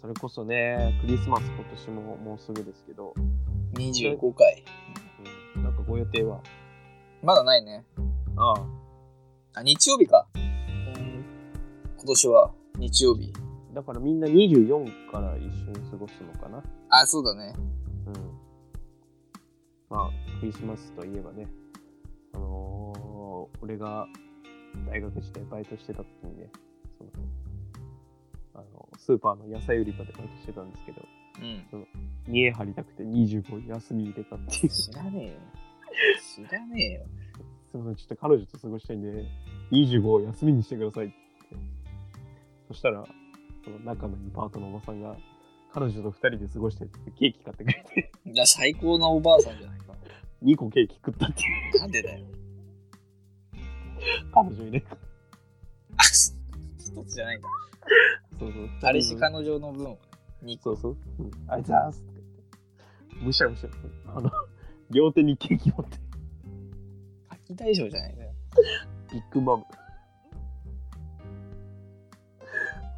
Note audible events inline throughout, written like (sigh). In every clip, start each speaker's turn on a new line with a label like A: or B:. A: それこそね、クリスマス今年ももうすぐですけど、
B: 25回。
A: うん、なんかご予定は
B: まだないね。
A: ああ、
B: あ、日曜日か。今年は日曜日。
A: だからみんな24から一緒に過ごすのかな。
B: あ、そうだね。
A: うん。まあ、クリスマスといえばね、あのー俺が大学時代バイトしてた時にね、その、あの、スーパーの野菜売り場でバイトしてたんですけど、
B: うん。
A: 見栄張りたくて25休み入れたっていう。
B: 知らねえよ。知らねえよ。
A: すみません、ちょっと彼女と過ごしたいんで、25を休みにしてくださいって言って。そしたら、その仲のいいパートのおばさんが、彼女と2人で過ごしてってケーキ買ってくれて、
B: じゃ最高なおばあさんじゃないか。
A: 2個ケーキ食ったっていう
B: なんでだよ。
A: 彼女いね。
B: あ、す一つじゃないんだ。
A: そうそう。
B: 彼氏彼女の分をね。二
A: そ
B: 個。
A: うそう。うんあいつはーすって言って。むしゃむしゃ。あの、両手にケーキ持って、
B: 夏季大将じゃないかよ。
A: ビッグマム。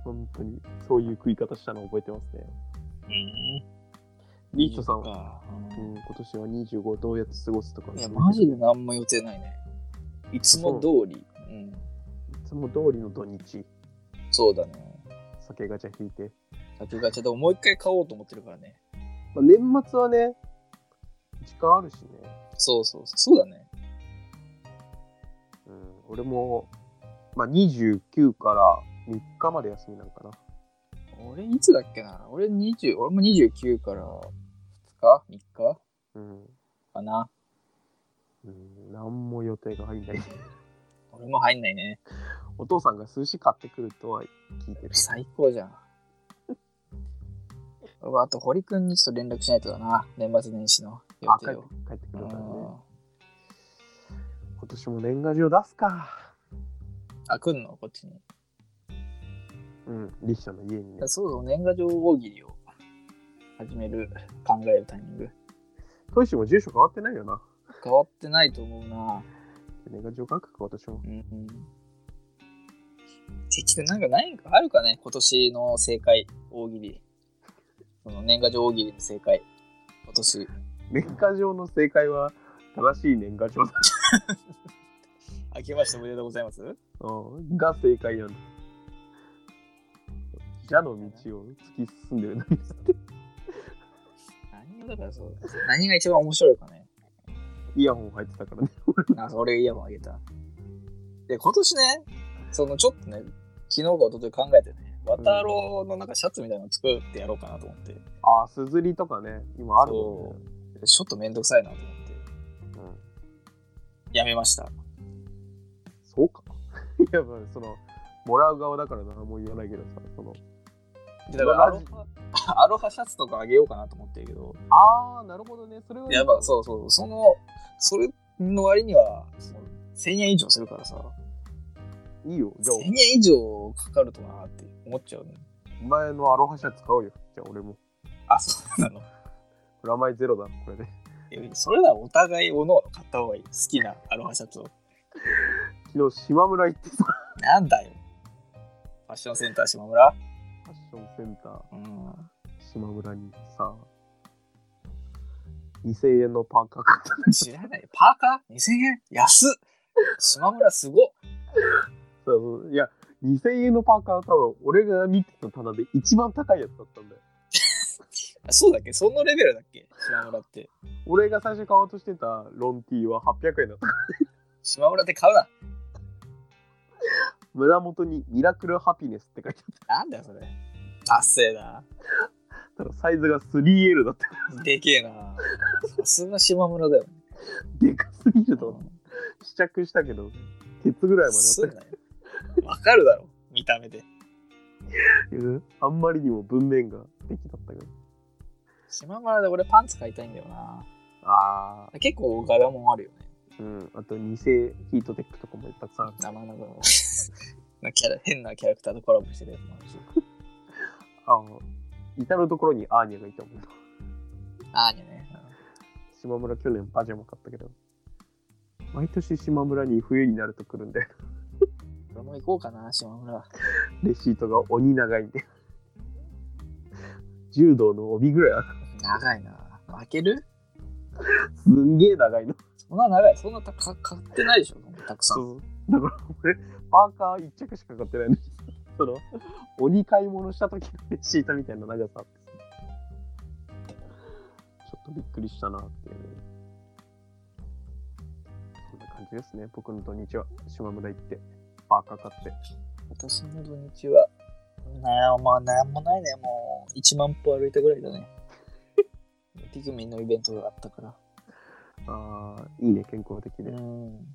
A: 本当に、そういう食い方したの覚えてますね。
B: うん。
A: リートさんは、
B: は。
A: うん、今年は25どうやって過ごすとか。
B: いや、マジで何も予定ないね。いつも通り。うん。
A: いつも通りの土日、
B: そうだね。
A: 酒ガチャ引いて。
B: 酒ガチャでももう一回買おうと思ってるからね。
A: まあ、年末はね、時間あるしね。
B: そうそうそう。そうだね。
A: うん、俺も、まあ、29から3日まで休みなんかな。
B: 俺、いつだっけな俺20、俺も29から2日 ?3 日
A: うん。
B: かな。
A: うん、何も予定が入んない。 (laughs)
B: 俺も入んないね。
A: お父さんが寿司買ってくるとは聞いてる。
B: 最高
A: (laughs)
B: じゃん。うわあと、堀くんにちょっと連絡しないとだな。年末年始の予
A: あ帰っ
B: 定
A: て
B: を。
A: 帰ってく
B: う
A: るからね。
B: ん
A: 今年も年賀状出すか。
B: あ、来んのこっちに。
A: うん、立社の家にね。
B: そうそう、年賀状大喜利を始める、考えるタイミング。
A: トイシも住所変わってないよな。
B: 変わってないと思うな。
A: 年賀状書くか、私も。
B: うんうん。結局なんか何かあるかね今年の正解、大喜利。その年賀状大喜利の正解。今年。
A: 年賀状の正解は、正しい年賀状だ。
B: 明けましておめでとうございます。
A: うん、が正解なんだ。じゃの道を突き進んでる (laughs) のに。
B: 何をだからそう。何が一番面白いかね。
A: イヤホン入ってたからね。
B: あ、それイヤホンあげた。で、今年ね、そのちょっとね、昨日か一昨日考えてね、渡郎のなんかシャツみたいなの作ってやろうかなと思って。
A: ああ、すずりとかね、今あるもんね。
B: ちょっとめんどくさいなと思って。
A: うん
B: やめました。
A: そうか。 (laughs) いや、まあその、もらう側だから何も言わないけどさ、その、
B: でだからアロハ、アロハシャツとかあげようかなと思ってるけど、
A: ああ、なるほどね。それは、
B: やっぱそうそう、その、それの割には、その1000円以上するからさ、
A: いいよ。じゃ
B: 1000円以上かかるとなって思っちゃうね。
A: あ、お前のアロハシャツ買おうよ。じゃあ、俺も。
B: あ、そうなの。
A: プラマイゼロだ、これで。
B: えそれならお互いおのおの買った方がいい。好きなアロハシャツを。
A: 昨日、島村行ってさ、
B: なんだよ。ファッションセンター島村
A: ファッションセンター、
B: うん。
A: 島村にさ、2000円のパーカー買った。
B: 知らない。パーカー ?2000 円安っ島村すごっ
A: そうそういや、2000円のパーカーは多分、俺が見てた棚で一番高いやつだったんだよ。
B: あそうだっけそのレベルだっけ島村って。
A: 俺が最初買おうとしてたロンティーは800円だった。
B: 島村って買うな。
A: 村元にミラクルハピネスって書いてあっ
B: なんだよ、それ。達成だ。
A: たらサイズが 3L だった。
B: でけえな。さすが島村だよ。
A: でかすぎ
B: ち
A: ると試着したけど、ケツぐらいまであった
B: (laughs) わかるだろ、見た目で。
A: けど、あんまりにも文面が素敵だったから。
B: 島村で俺パンツ買いたいんだよな。
A: あ
B: 結構柄もあるよね。
A: ー、うん。あと、偽ヒートテックとかもたくさんある。
B: 生々の (laughs) なキャラ変なキャラクターとコラボしてるやつもあるし。
A: あの、至るところにアーニャがいたもん。
B: あーにゃね。
A: 島村去年パジャマ買ったけど、毎年島村に冬になると来るん (laughs) で、
B: 俺も行こうかな、島村。
A: レシートが鬼長いんで。 (laughs) 柔道の帯ぐらいある。
B: 長いな。負ける
A: すんげえ長いの。
B: そんな長い。そんなたか買ってないでしょ、そんなたくさん。
A: う。だから俺、パーカー一着しか買ってないのに、 (laughs) その、鬼買い物した時のレシートみたいな長さあってちょっとびっくりしたなっていう、ね。そんな感じですね。僕の土日は島村行って、パーカー買って。
B: 私の土日は、なあ、まあ、なんもないね。もう、1万歩歩いたぐらいだね。 (laughs) ピクミンのイベントがあったから。
A: ああ、いいね、健康的で。
B: うん。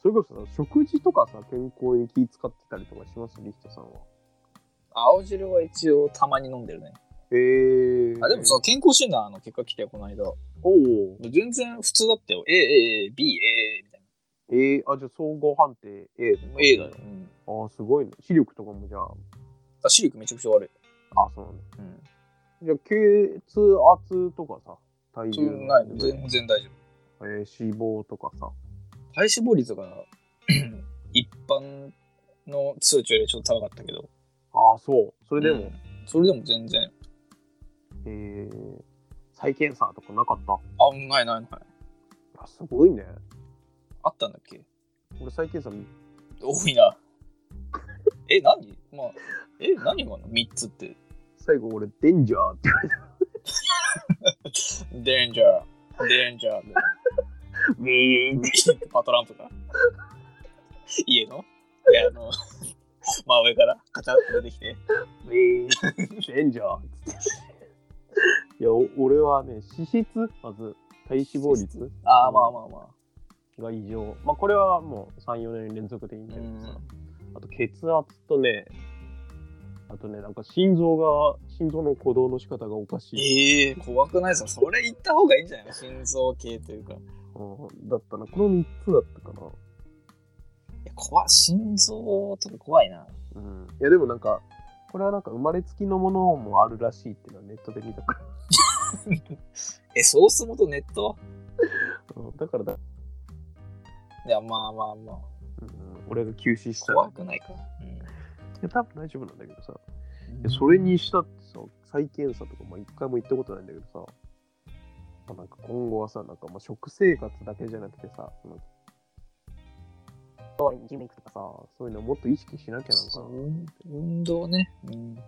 A: それこそさ、食事とかさ、健康に気使ってたりとかします、リヒトさんは。
B: 青汁は一応たまに飲んでるね。
A: ええ
B: あ、でもその健康診断の結果来てこの間。
A: おお。
B: 全然普通だったよ。A、A、A、B、A、みたい
A: ええあ、じゃあ総合判定 A
B: な。A だよ。うん。
A: ああ、すごいね。視力とかもじゃあ、
B: あ視力めちゃくちゃ悪い。
A: あそうなんだ。
B: うん。
A: じゃあ、血圧とかさ、体
B: そうい
A: 重
B: うのないの全然大丈夫。
A: えー脂肪とかさ。
B: 体脂肪率が (clears throat) 一般の数値よりちょっと高かったけど。
A: ああ、そう。それで
B: う
A: も
B: ん、それでも全然。
A: えー、再検査とかなかった。
B: あ、ないないない。
A: あすごいね。
B: あったんだっけ
A: 俺、再検査、
B: 多いな。え、何まあ、え、何があんの ?3 つって。
A: 最後俺、デンジャー
B: (laughs)
A: って、
B: デンジャー、デンジャーで。
A: ビーンって。
B: (laughs) パトランプが家のいやあの (laughs) 真上からカチャッと出てきて
A: (laughs) えー、デンジャーっつって。いや、お俺はね、脂質、まず、体脂肪率
B: ああまあまあまあ
A: が異常。まあ、これはもう3、4年連続でいいんだけどさ。あと、血圧とね、あとね、なんか心臓が、心臓の鼓動の仕方がおかしい。
B: ええ怖くないですかそれ行った方がいいんじゃないの心臓系というかい
A: うんだったな。この3つだったか
B: や怖心臓とか怖いな
A: な。
B: (laughs)
A: うん。いや、でもなんか、これはなんか生まれつきのものもあるらしいっていうのはネットで見たから。
B: えソース元ネット
A: うんだからだ、
B: いやまあまあまあ
A: うん、俺が休止したら
B: 怖。くないか、うん
A: いや、多分大丈夫なんだけどさ。いやそれにしたってさ、再検査とか、まあ、一回も行ったことないんだけどさ、まあ、なんか今後はさ、なんかまあ食生活だけじゃなくてさ、そのジム行くとかさ、そういうのをもっと意識しなきゃなんか、
B: 運運動ね、うん、で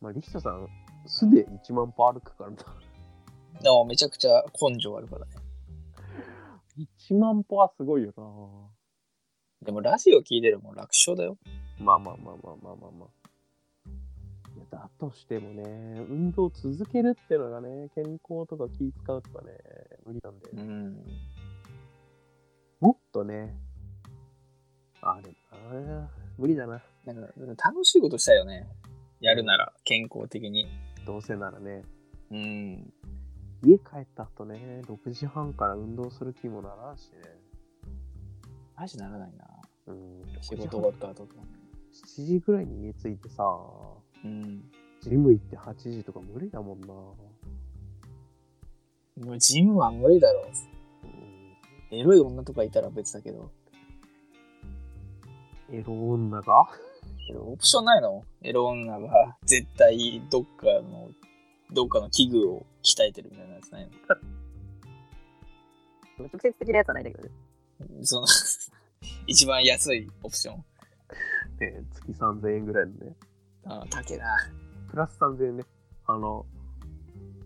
A: まあ、リヒトさん、すで1万歩歩くから (laughs) な。
B: もめちゃくちゃ根性あるからね
A: 1万歩はすごいよな。
B: でもラジオ聞いてるもん楽勝だよ
A: まあまあまあまあまあまあまあ。いやだとしてもね、運動続けるってのがね、健康とか気使うとかね、無理なんで。
B: ん
A: もっとね、あれだな、無理だな。
B: なんか楽しいことしたいよね。やるなら健康的に。
A: どうせならね、
B: うん。
A: 家帰った後ね、6時半から運動する気もならんしね。
B: マジならないな。
A: うん、
B: 仕
A: 6時
B: 事終
A: 半
B: わった後とか。
A: 7時ぐらいに家着いてさ、
B: うん。
A: ジム行って8時とか無理だもんな。
B: もうジムは無理だろう。
A: う
B: エロい女とかいたら別だけど。
A: ん、エロ女が
B: オプションないのエロ女が絶対どっかの、どっかの器具を鍛えてるみたいなやつない
A: 直接的なやつはないんだけどね。
B: のその、 (laughs) 一番安いオプション。
A: 月3000円ぐらいのね。
B: あ、高えな。
A: プラス3000円ね。あの、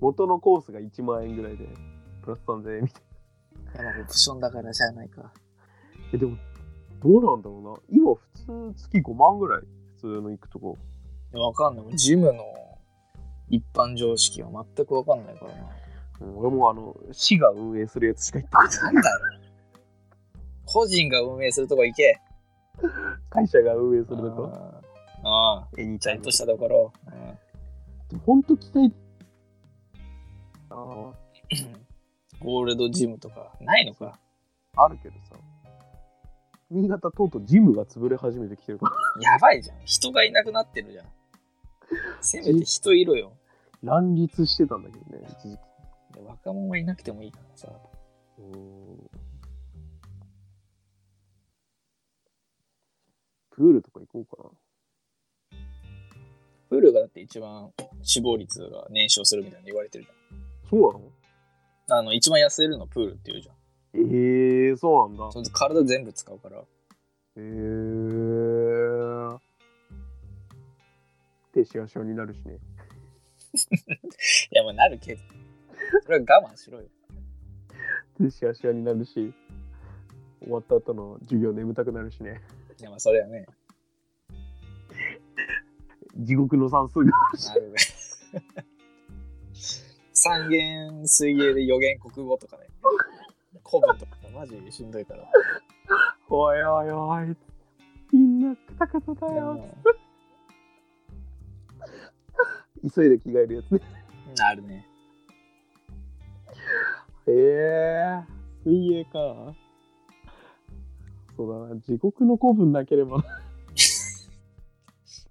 A: 元のコースが1万円ぐらいで、プラス3000円みたい
B: やばいオプションだからじゃないか。
A: な。え、でも、どうなんだろうな。今普通月5万ぐらい、普通の行くとこ。
B: わかんない。ジムの一般常識は全くわかんないからな。
A: うん俺もあの、市が運営するやつしか行ったことない。
B: なんだよ。個人が運営するとこ行け。 (laughs)
A: 会社が運営するとこ。
B: ああ、
A: え、に
B: ちゃんとしたところ。
A: ほんと期待。あー
B: ゴールドジムとかないのか。
A: あるけどさ。新潟とうとうジムが潰れ始めてきてる (laughs) から。
B: やばいじゃん。人がいなくなってるじゃん。せめて人いろよ。
A: 乱立してたんだけどね、一時期。
B: 若者がいなくてもいいからさ。
A: うーんプールとか行こうか
B: プールがだって一番死亡率が燃焼するみたいなの言われてるじ
A: そうなの
B: ゃん。あの、一番痩せるのプールっていうじゃん。
A: ええそうなんだ。
B: それで体全部使うから。
A: へえー。手シワシワになるしね。
B: いや、まあなるけど。それは我慢しろよ。
A: 手シワシワになるし、終わった後の授業眠たくなるしね。
B: いや、まあそれはね。
A: 地獄の算数があるし
B: あ。るね。三元水泳で四元国語とかね。古文とかマジしんどいから。
A: (laughs) おいおいおい。みんなくたくただ
B: いや
A: よ。
B: も
A: 急いで着替えるやつね。
B: うあるね。
A: へえー。水泳か。そうだな。地獄の古文なければ。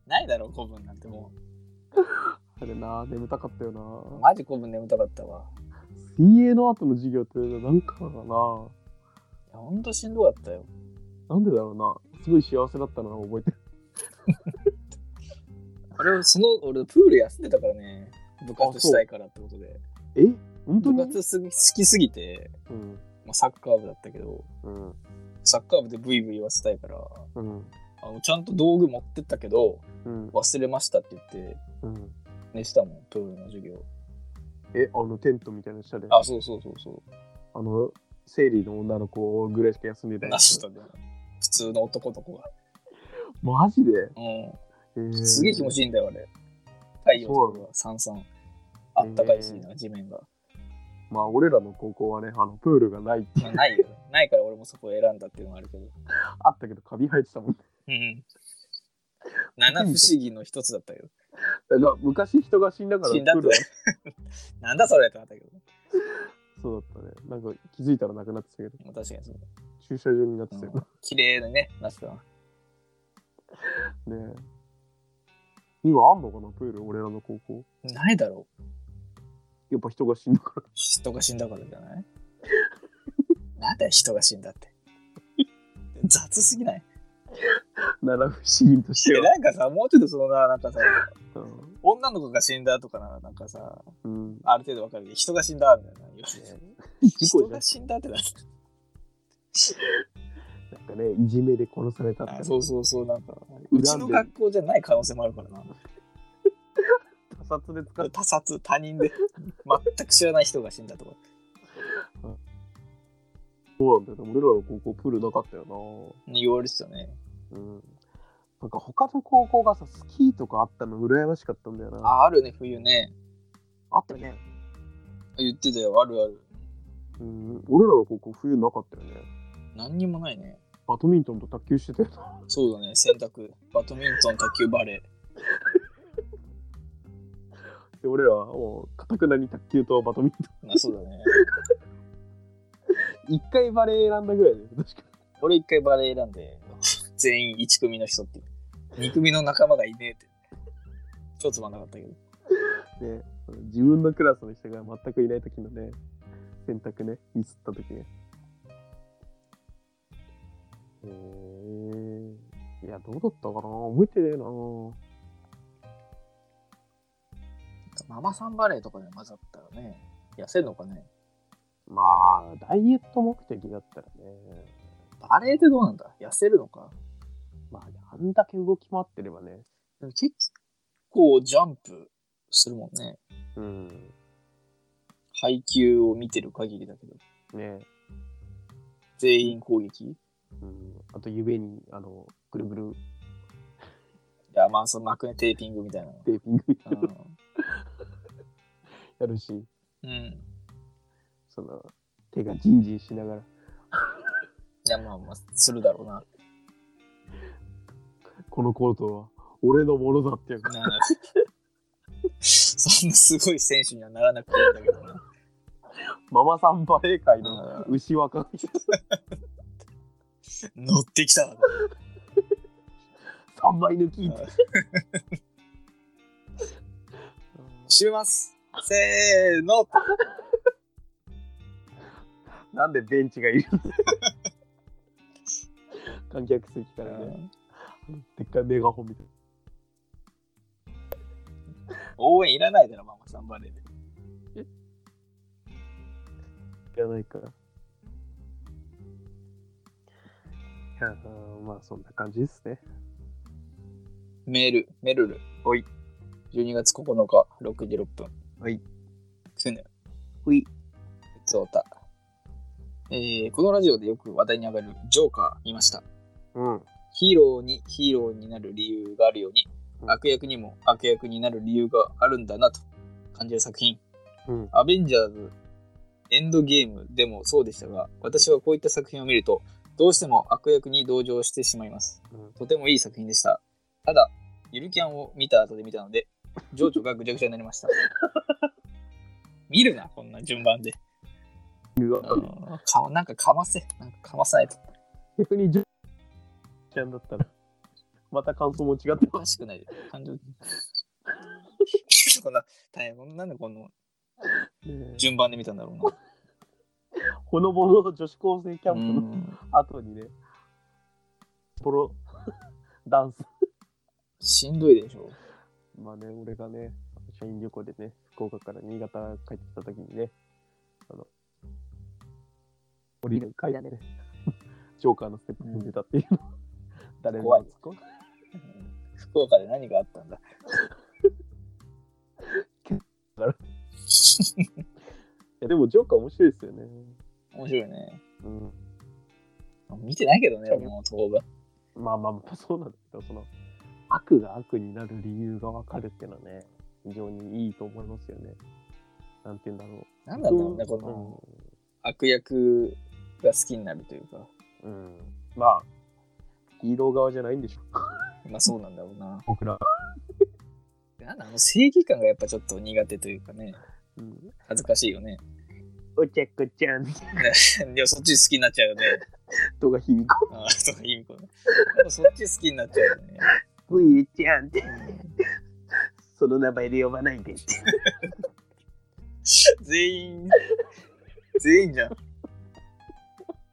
B: ないだろ、古文なんても
A: あれな、眠たかったよ
B: う。
A: な。
B: マジ古文眠たかったわ。
A: 水泳の後の授業ってなんかな。
B: いやほんとしんどかったよ。
A: なんでだろうな。すごい幸せだったのを覚えてる。
B: あれ、その、俺、プール休んでたからね。部活したいからってことで。
A: え本当
B: 部
A: に
B: 活すぎ好きすぎて、
A: うん。
B: まあ、サッカー部だったけど、
A: うん。
B: サッカー部でブイブイ言わせたいから、
A: うん。
B: あのちゃんと道具持ってったけど、
A: うん。
B: 忘れましたって言って、
A: うん。
B: 寝したもん、プールの授業。
A: え、あのテントみたいな下で。
B: あ、そうそうそうそう。
A: あの、生理の女の子ぐらいしか休んでない。
B: なしとね普通の男の子が。
A: マジで、
B: う
A: えー
B: ん。すげえ気持ちいいんだよ、あれ。太陽とかがさんさん。あったかいし、なんか地面が。
A: まあ、俺らの高校はね、あの、プールがないって
B: まあ、ないよ。 (laughs) ないから俺もそこを選んだっていうのもあるけど。
A: あったけど、カビ生えてたもん。
B: うん。七不思議の一つだった (laughs) けど。
A: だから昔人が死んだから、
B: 死んだっ
A: プ
B: て
A: ールは。
B: (laughs) なんだそれってなったけど。
A: そうだったね。なんか気づいたらなくなってたけど、
B: まあ確かにそう。
A: 駐車場になってたよ。
B: うん綺麗だね、なしは。
A: ねえ今あんのかな、プール、俺らの高校。
B: ないだろう。
A: やっぱ人が死んだから。
B: 人が死んだからじゃ (laughs) ないなんだよ、人が死んだ (laughs) って。雑すぎない
A: (laughs) 七不思議とし
B: い
A: て
B: や
A: は。
B: なんかさ、もうちょっとそのな、なんかさ、
A: うん
B: 女の子が死んだとかなら、なんかさ、
A: うん。
B: ある程度わかるけど、人が死んだみたいな言われて。
A: 事故
B: 人
A: じゃ
B: が死んだってなって。
A: なんかね、いじめで殺されたって。
B: あそうそうそう、なんか、
A: んで
B: うちの学校じゃない可能性もあるからな。
A: 他殺で使っ
B: 他殺、他人で、全く知らない人が死んだとか。
A: そうなんだよね。俺らの高校プールなかったよ
B: 言われてたね。
A: な。うん。なんか他の高校がさ、スキーとかあったの羨ましかったんだよな。
B: あ、あるね、冬ね。
A: あったね。
B: 言ってたよ、あるある。
A: うん。俺らの高校冬なかったよね。
B: 何にもないね。
A: バドミントンと卓球してたよな。
B: そうだね、選択。バドミントン、卓球、バレー。
A: で、俺らはもう、かたくなに卓球とバドミント
B: まあそうだ
A: ン。
B: ね。
A: 一回バレー選んだぐらいだよ、確か。
B: 俺一回バレー選んで、全員1組の人っていう。2組の仲間がいねえって。超つまんなかったけど。
A: ね、自分のクラスの人が全くいない時のね、選択ね、ミスった時ね。えー、いや、どうだったかな覚えてねえな
B: ママさんバレーとかで混ざったらね、痩せるのかね。
A: まあ、ダイエット目的だったらね、
B: バレーってどうなんだ痩せるのか。
A: まあ、あんだけ動き回ってればね、
B: でも結構ジャンプするもんね。
A: うん、
B: 配球を見てる限りだけど。
A: ね、
B: 全員攻撃い
A: うん、あと、ゆえに、あの、ぐるぐる
B: や、まあその幕ね、テーピングみたいなの。
A: テーピング
B: うん
A: やるし、
B: うん。
A: その、手がジンジンしながら、
B: いや、まあまあ、するだろうな。
A: このコートは俺のものだっていうか、
B: ならそんなすごい選手にはならなくていいんだけどな。
A: ママさんバレー界の牛若
B: 乗ってきたわ。
A: 3枚抜き
B: 締めます。せーの。
A: (laughs) なんでベンチがいる観客席からね、でっかいメガホンみたい
B: 応援いらないだろ、ママさんバレーで。
A: いらないから。いやーまあそんな感じですね。
B: メール、メルル、おい。12月9日、6時6分。
A: はい。
B: くね、
A: ほい。
B: ふつおた。えー、このラジオでよく話題に上がるジョーカーいました。
A: うん。
B: ヒーローにヒーローになる理由があるように、
A: うん
B: 悪役にも悪役になる理由があるんだなと感じる作品。
A: うん。
B: アベンジャーズエンドゲームでもそうでしたが、私はこういった作品を見ると、どうしても悪役に同情してしまいます。
A: うん
B: とてもいい作品でした。ただ、ゆるキャンを見た後で見たので、情緒がぐちゃぐちゃになり
A: (laughs)
B: ました。見るな、こんな順番で。
A: うわ
B: うんかなんかかませ。なんかかまさないと。
A: 逆にジョーちゃんだったら、また感想も違って
B: おかしくない
A: (laughs)
B: 感情。こんな、大変。なんでこの
A: ね。
B: 順番で見たんだろう
A: ほのぼのの女子高生キャ
B: な。
A: ンプ
B: う
A: の
B: ん。
A: 後にね、ポロ、 (laughs) ダンス。
B: しんどいでしょ。
A: まあね、俺がね、社員旅行でね、福岡から新潟帰ってきた時にね、あの、降りる階でね、 (laughs) ジョーカーのステップ踏んでたっていうの、誰
B: 怖い
A: も突っ込ん
B: 福岡で何があったんだ
A: いやでもジョーカー面白いですよね。
B: (laughs) 面白いね。
A: うん。
B: 見てないけどね、俺も動画。
A: まあまあまあ (laughs) そうなんだけど、その、悪が悪になる理由がわかるっていうのはね、非常にいいと思いますよね。なんて言うんだろう。
B: なんなんだろうね、この悪役が好きになるというか。
A: うん。うん。まあ、ヒーロー側じゃないんでしょうか、
B: まあそうなんだろうな。
A: 僕ら。
B: なんだ、あの正義感がやっぱちょっと苦手というかね。
A: うん。
B: 恥ずかしいよね。 (laughs)
A: おちゃこちゃん
B: いや、そっち好きになっち (laughs) ゃうよね。
A: とか響く。
B: ああ、そう、いい子ね。やっぱそっち好きになっちゃうよね。
A: ブイちゃんって、
B: うん
A: その名前で呼ばないでって。
B: 全員、全員じゃん。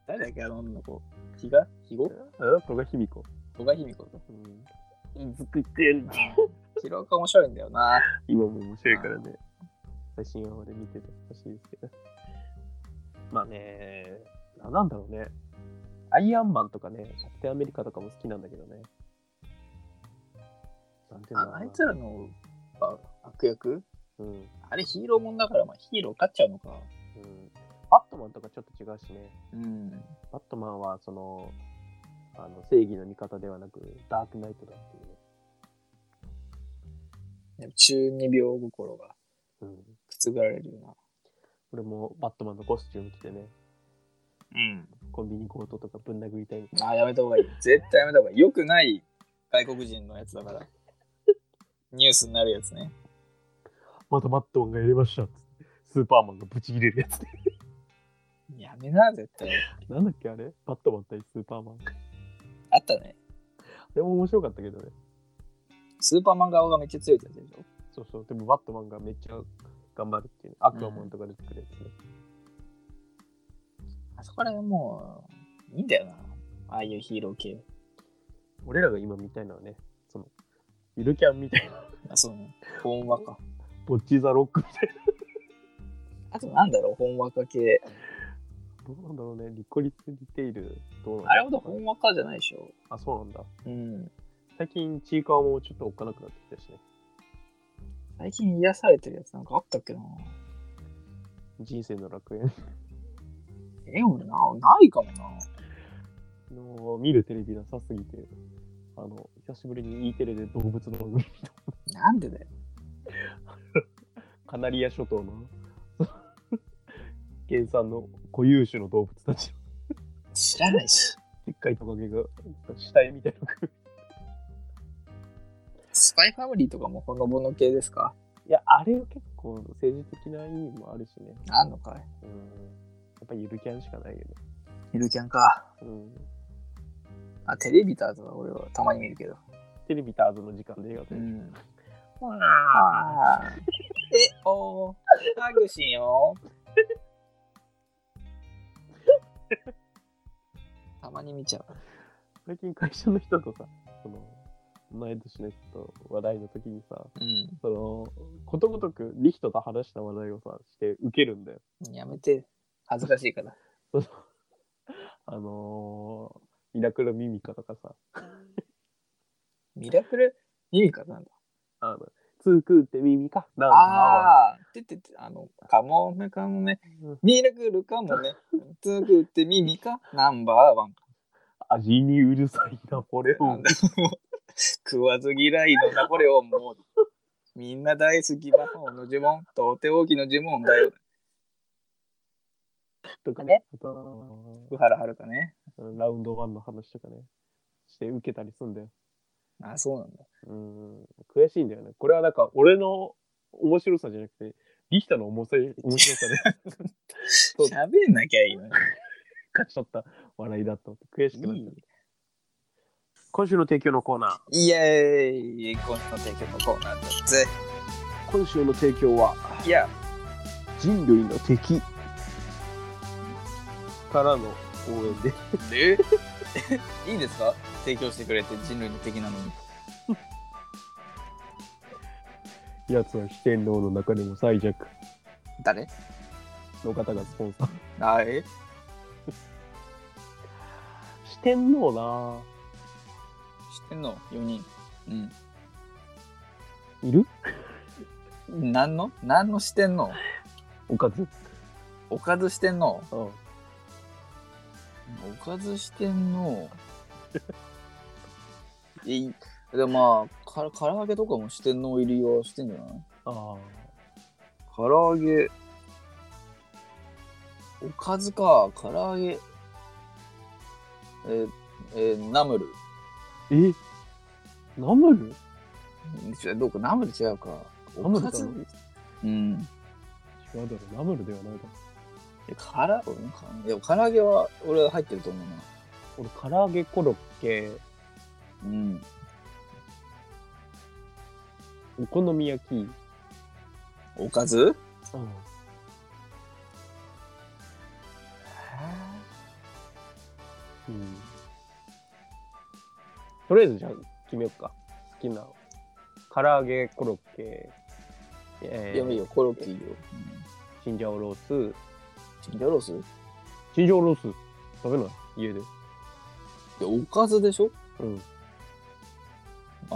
B: 誰だっけ、あの女の子。比嘉比嘉
A: うんとか響く。
B: 古賀卑美子と。
A: うん。いずくくん。
B: ヒロアカ面白いんだよな。
A: 今も面白いからね。最新話まで見ててほしいですけど。まあね、ななんだろうね。アイアンマンとかね、キャプテンアメリカとかも好きなんだけどね。なんていうんだろうな
B: ああいつらのあ悪役
A: うん。うん。
B: あれヒーローもんだから、まあ、ヒーロー勝っちゃうのか。
A: バットマンとかちょっと違うしね。
B: うん。
A: バットマンは、その、あの正義の味方ではなく、ダークナイトだっていうね。
B: やっぱ中二病心が
A: うん。
B: くつぐられるような。
A: 俺もバットマンのコスチューム着てね、
B: うん。
A: コンビニ強盗とかぶん殴りたいみたい
B: ああ、やめた方がいい。絶対やめた方がいい。よくない外国人のやつだから。ニュースになるやつね。
A: な。またマットマンがやりましたっつってスーパーマンがブチ切れるやつね。
B: やめな、絶対。
A: なんだっけあれバットマン対スーパーマン。あ
B: あったね。
A: れも面白かったけどね。
B: スーパーマン顔がめっちゃ強いってやつでしょ。
A: そうそう。でもバットマンがめっちゃ頑張るっていうね。アクアマンとか出てくるやつね。
B: あそこら辺もう、いいんだよな。ああいうヒーロー系。
A: 俺らが今見たいのはね、その、ゆるキャンみたいな、
B: あ、そうね。ほんわか。
A: ボッチザロックみたいな。
B: あとなんだろう、ほんわか系。
A: どうなんだろうね。リコリスリテイル、どうなんだろう
B: あれほどほんわかじゃないでしょ。
A: あ、そうなんだ。
B: うん。
A: 最近、ちいかわもちょっとおっかなくなってきたしね。
B: 最近癒されてるやつなんかあったっけな。
A: 人生の楽園 (laughs)
B: え、俺な、ないかもな。
A: の見るテレビなさすぎて、あの、久しぶりに E テレで動物の番 (laughs) 組、
B: なんでだよ。
A: カナリア諸島の (laughs) 原産の固有種の動物たちの、
B: 知らないし。
A: でっかいトカゲが死体みたいなのが来る。
B: スパイファミリーとかもほのぼの系ですか
A: いや、あれは結構政治的な意味もあるしね。
B: あんのか
A: う
B: い。
A: ん。やっぱゆるキャンしかないよね。
B: ゆるキャンか。
A: うん。
B: あ、テレビターズは俺はたまに見るけど。
A: テレビターズの時間で映画で。
B: ん。
A: わー
B: ああ。え、おー、ハグしよう。 (laughs) たまに見ちゃう。
A: 最近会社の人とさ、その、同い年の人と話題の時にさ、
B: うん。
A: その、ことごとくリヒトと話した話題をさ、して受けるんだよ。
B: やめて。恥ずかしいから。
A: そのあのー、ミラクルミミカとかさ、
B: ミラクルミミカなんだ。
A: あの、ツークーってミミカなんだわ
B: ああー。てってて、あの、かもめかもめ。
A: うん
B: ミラクルかもめ。つくってミミカナンバーワン。
A: 味にうるさいナポレオ
B: なん
A: ン
B: だ。もう食わず嫌いのナポレオンもうみんな大好き魔法の呪文とっておきの呪文だよ
A: とか
B: ね
A: ね。あと
B: 福原遥ね
A: ラウンドワンの話とかね、して受けたりすんだよ。
B: あそうなんだ
A: うん、悔しいんだよね。これはなんか、俺の面白さじゃなくて、リヒタの面白い面白さでそう
B: 喋んなきゃいいのに
A: 勝ち取った笑いだと思って、悔しくなっちゃう
B: い
A: 今週の提供のコーナー。
B: いイエーイ今週の提供のコーナーだぜ
A: 今週の提供は、
B: いや
A: 人類の敵からの応援で。
B: で (laughs) いいですか提供してくれて人類の敵なのに
A: 奴は四天王の中でも最弱
B: 誰
A: の方がスポンサー。
B: あえ
A: 四天王なぁ
B: 知ってんの4人うん
A: いる
B: 何の何のして (laughs) んの
A: おかず。
B: おかずしてんの
A: うん。
B: おかずしてんの (laughs) いいでもまあから唐揚げとかもしてんの入りはしてんじゃない
A: あ
B: 唐揚げおかずか唐揚げえーえーナムル
A: ーえナムル
B: 違うどうかナムル違うか
A: ナムル
B: おかず
A: だろ
B: うん
A: 違うだろ、ナムルではないだろ。
B: えからうんかいや唐揚げは俺は入ってると思うな
A: 俺、唐揚げコロッケ、
B: うん
A: お好み焼き、
B: おかず
A: うん。とりあえずじゃあ決めようか。好きな。唐揚げ、コロッケ、え
B: いやいい
A: ー、
B: よコロッケいいよ、
A: チンジャオロース。
B: チンジャオロースい
A: チンジャオロース食べない家で。
B: やおかずでしょ
A: うん。
B: ああ、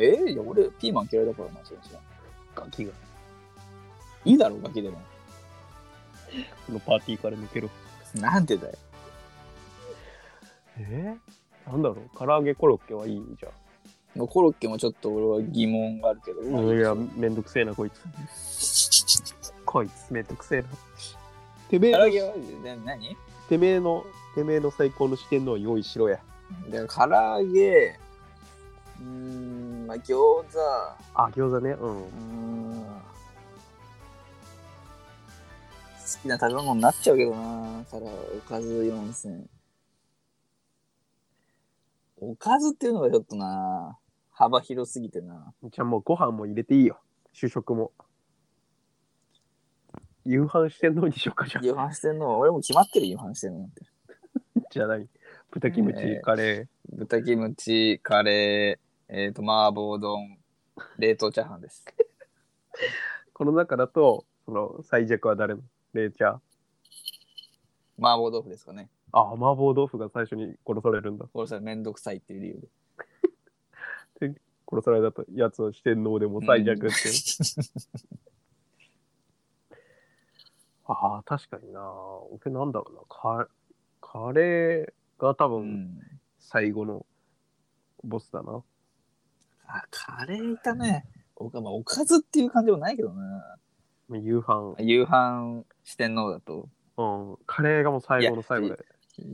B: えーいや俺、ピーマン嫌いだからな、そうそう。
A: ガキが。
B: いいだろう、ガキでも。
A: このパーティーから抜けろ。
B: なんでだよ。
A: えー、なんだろう唐揚げコロッケはいいじゃん。
B: もうコロッケもちょっと俺は疑問があるけど。
A: いや、めんどくせえな、こい (laughs) つ。こいつ、めんどくせえな。てめえ
B: 唐
A: の
B: 揚げは、な何
A: てめえの、てめえの最高の四天王用意しろや。
B: で唐揚げ、うーん、まあ、餃子、
A: あ、餃子ね。うん
B: うー。ん。好きな食べ物になっちゃうけどな、からおかず4000。おかずっていうのがちょっとな、幅広すぎてな。
A: じゃあもうご飯も入れていいよ。主食も。夕飯してんのにしようかじゃん。
B: 夕飯してんの俺も決まってる夕飯してんのなんて
A: じゃない。豚キムチ、
B: えー
A: カレ
B: 豚キムチカレーえっ、ー、と麻婆丼冷凍チャーハンです
A: ー。この中だと、その最弱は誰のレイちゃん。
B: 麻婆豆腐ですかね
A: あ、麻婆豆腐が最初に殺されるんだ。
B: これさめんどくさいっていう理由で
A: 殺されたやつを四天王でも最弱っていう。 (laughs) ああ、確かにな。俺なんだろうな。カカレーが多
B: う
A: 分
B: ん
A: 最後のボスだな。
B: あカレーいたねおか,、まあ、おかずっていう感じもないけどな
A: 夕飯。
B: 夕飯四天王だと
A: うん。カレーがもう最後の最後で。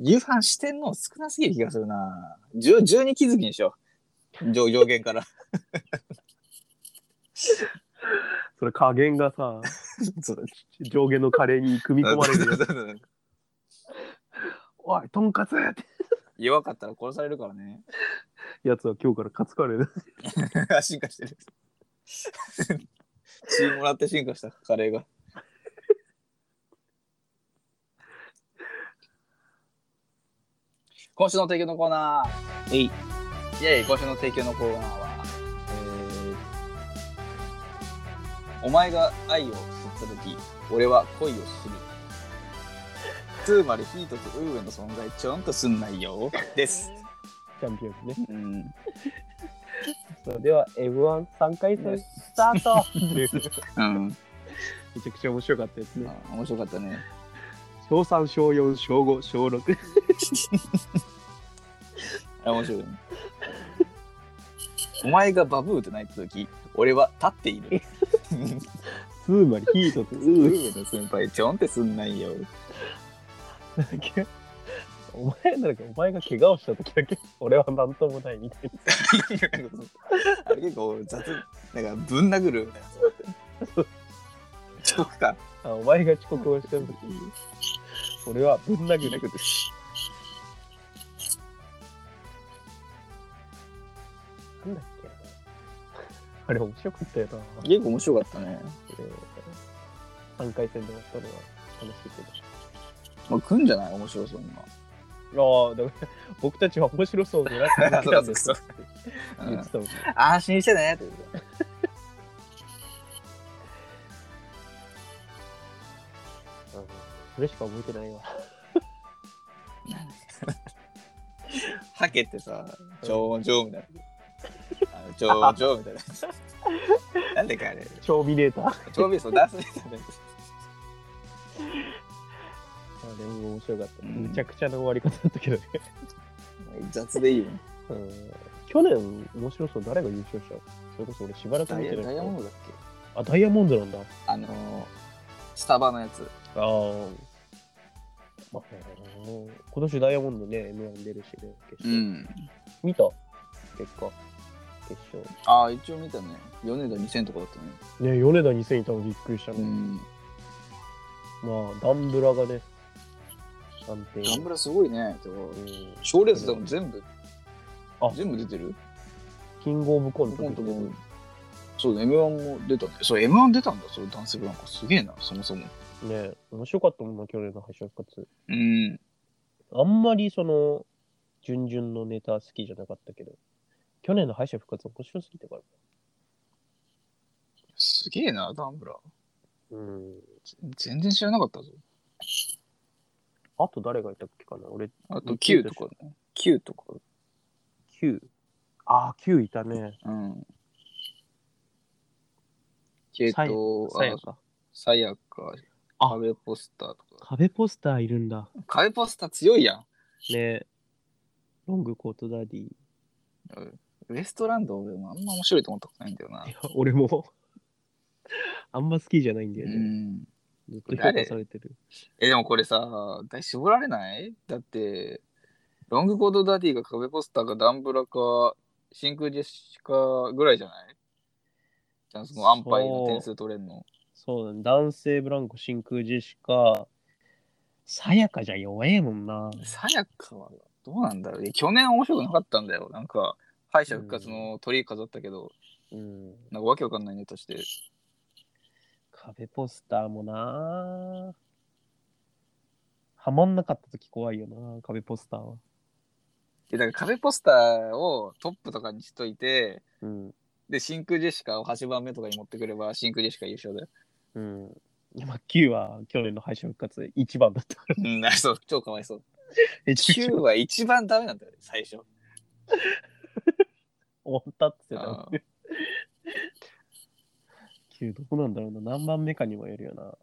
B: 夕飯四天王少なすぎる気がするな10 12気づきにしよう上上限から
A: (laughs) それ加減がさ、
B: そうだね
A: 上下のカレーに組み込まれる
B: (laughs)
A: よおい、とんかつって
B: 弱かったら殺されるからね
A: やつは今日からカツカレーだ。
B: 進化してる。 (laughs) 血もらって進化したカレーが。今週の提供のコーナー。えい。いやいや、今週の提供のコーナーは、えーお前が愛を知ったとき、俺は恋を知る。つまりヒートとウーウェの存在ちょんとすんないよ。です。
A: チャンピオンね。
B: うん。
A: それでは F13 回戦スタート (laughs) め
B: うん。
A: ちゃくちゃ面白かったですね。
B: あ面白かったね。
A: 小3、小4、小5、小6。
B: あ面白いね。お前がバブーって泣いたとき、俺は立ってい (laughs) る。
A: つまりヒートとウ
B: ウーウ
A: ー
B: ェの先輩ちょんってすんないよ。 (laughs)
A: だけ。お前なんかお前が怪我をした時だけ俺はなんともないみたい
B: あれ結構雑なんかぶん殴る (laughs) みたいなちょっとか
A: なあお前が遅刻をした時俺はぶん殴るなんだっけなあれ面白かったよな、
B: 結構面白かったね、
A: えー、3回戦で終わったのは楽しいけど
B: まあ、来んじゃない面白そう (laughs) 今
A: ああ、だから僕たちは面白そうになってきたんですって言ってたもんね。
B: 安心してねって言って
A: うんそれしか覚えてないわ。
B: はけってさ「ちょうちょう」みたいなあの「ちょうちょう」みたいな (laughs) なんでかあれ
A: 超ビネーター。あ
B: ちょうびそ出すみたいな
A: でも面白かった。
B: うん
A: むちゃくちゃな終わり方だったけどね。
B: 雑でいいよね
A: うん去年、面白そう、誰が優勝したのそれこそ俺しばらく
B: ダ
A: 見て
B: イ
A: ない。
B: ヤモンドだっけ
A: あ、ダイヤモンドなんだ。あ
B: あのスタバのやつ
A: あー。まあね、今年ダイヤモンドね、M1 出るしね、決勝。
B: ん
A: 見た結果。決勝。
B: ああ一応見たね米田2000とかだったね
A: ね、米田2000いたのびっくりしたね。
B: うん
A: まあ、ダンブラがね、安定。
B: ダンブラすごいね。てか
A: うん
B: 賞レースでも全部、
A: あ
B: 全部出てる
A: キングオブコント
B: コント
A: 出て
B: も
A: る。
B: そうだ、M1 も出たね。そう、M1 出たんだ、そう、男性ブランコ。すげえな、そもそも。
A: ね面白かったもんな、去年の敗者復活。
B: うん。
A: あんまりその、順々のネタ好きじゃなかったけど、去年の敗者復活面白すぎたから。
B: すげえな、ダンブラ。
A: うん。
B: 全然知らなかったぞ。
A: あと誰がいたっけかな俺、
B: あ
A: う
B: と
A: ん
B: Q とかね。Q とか。
A: 9。ああ、9いたね。
B: うん。えっ
A: さや
B: と、
A: さやか。
B: さやか、
A: あ
B: 壁ポスターとか。
A: 壁ポスターいるんだ。
B: 壁ポスター強いやん。
A: ねロングコートダディ。い
B: ウエストランド俺もあんま面白いと思ったことないんだよな。
A: や俺も、あんま好きじゃないんだ
B: う
A: よね。
B: ん。
A: ずっと評価されてる。
B: え、でもこれさ、大絞られないだって、ロングコードダディが壁ポスターかダンブラか、真空ジェシカぐらいじゃないじゃあそのアンパイの点数取れんの。
A: そうだね。男性ブランコ真空ジェシカ。さやかじゃ弱えもんな。
B: さやかはどうなんだろういや去年面白くなかったんだよ。なんか、敗者復活の鳥居飾ったけど、
A: うん。
B: なんかわけわかんないネタして。
A: 壁ポスターもな。はまんなかった時怖いよな、壁ポスターは。
B: で、だから壁ポスターをトップとかにしといて、
A: うん。
B: で、真空ジェシカを8番目とかに持ってくれば、真空ジェシカ優勝だよ。
A: うん。まあ、9は去年の敗者復活1番だったから。
B: うん、あそう、超かわいそう。
A: めちゃくちゃ
B: 9は一番ダメなんだよね、最初。
A: 終わったって言ってた
B: あ
A: もんね。9どこなんだろうな。何番目かにもよるよな。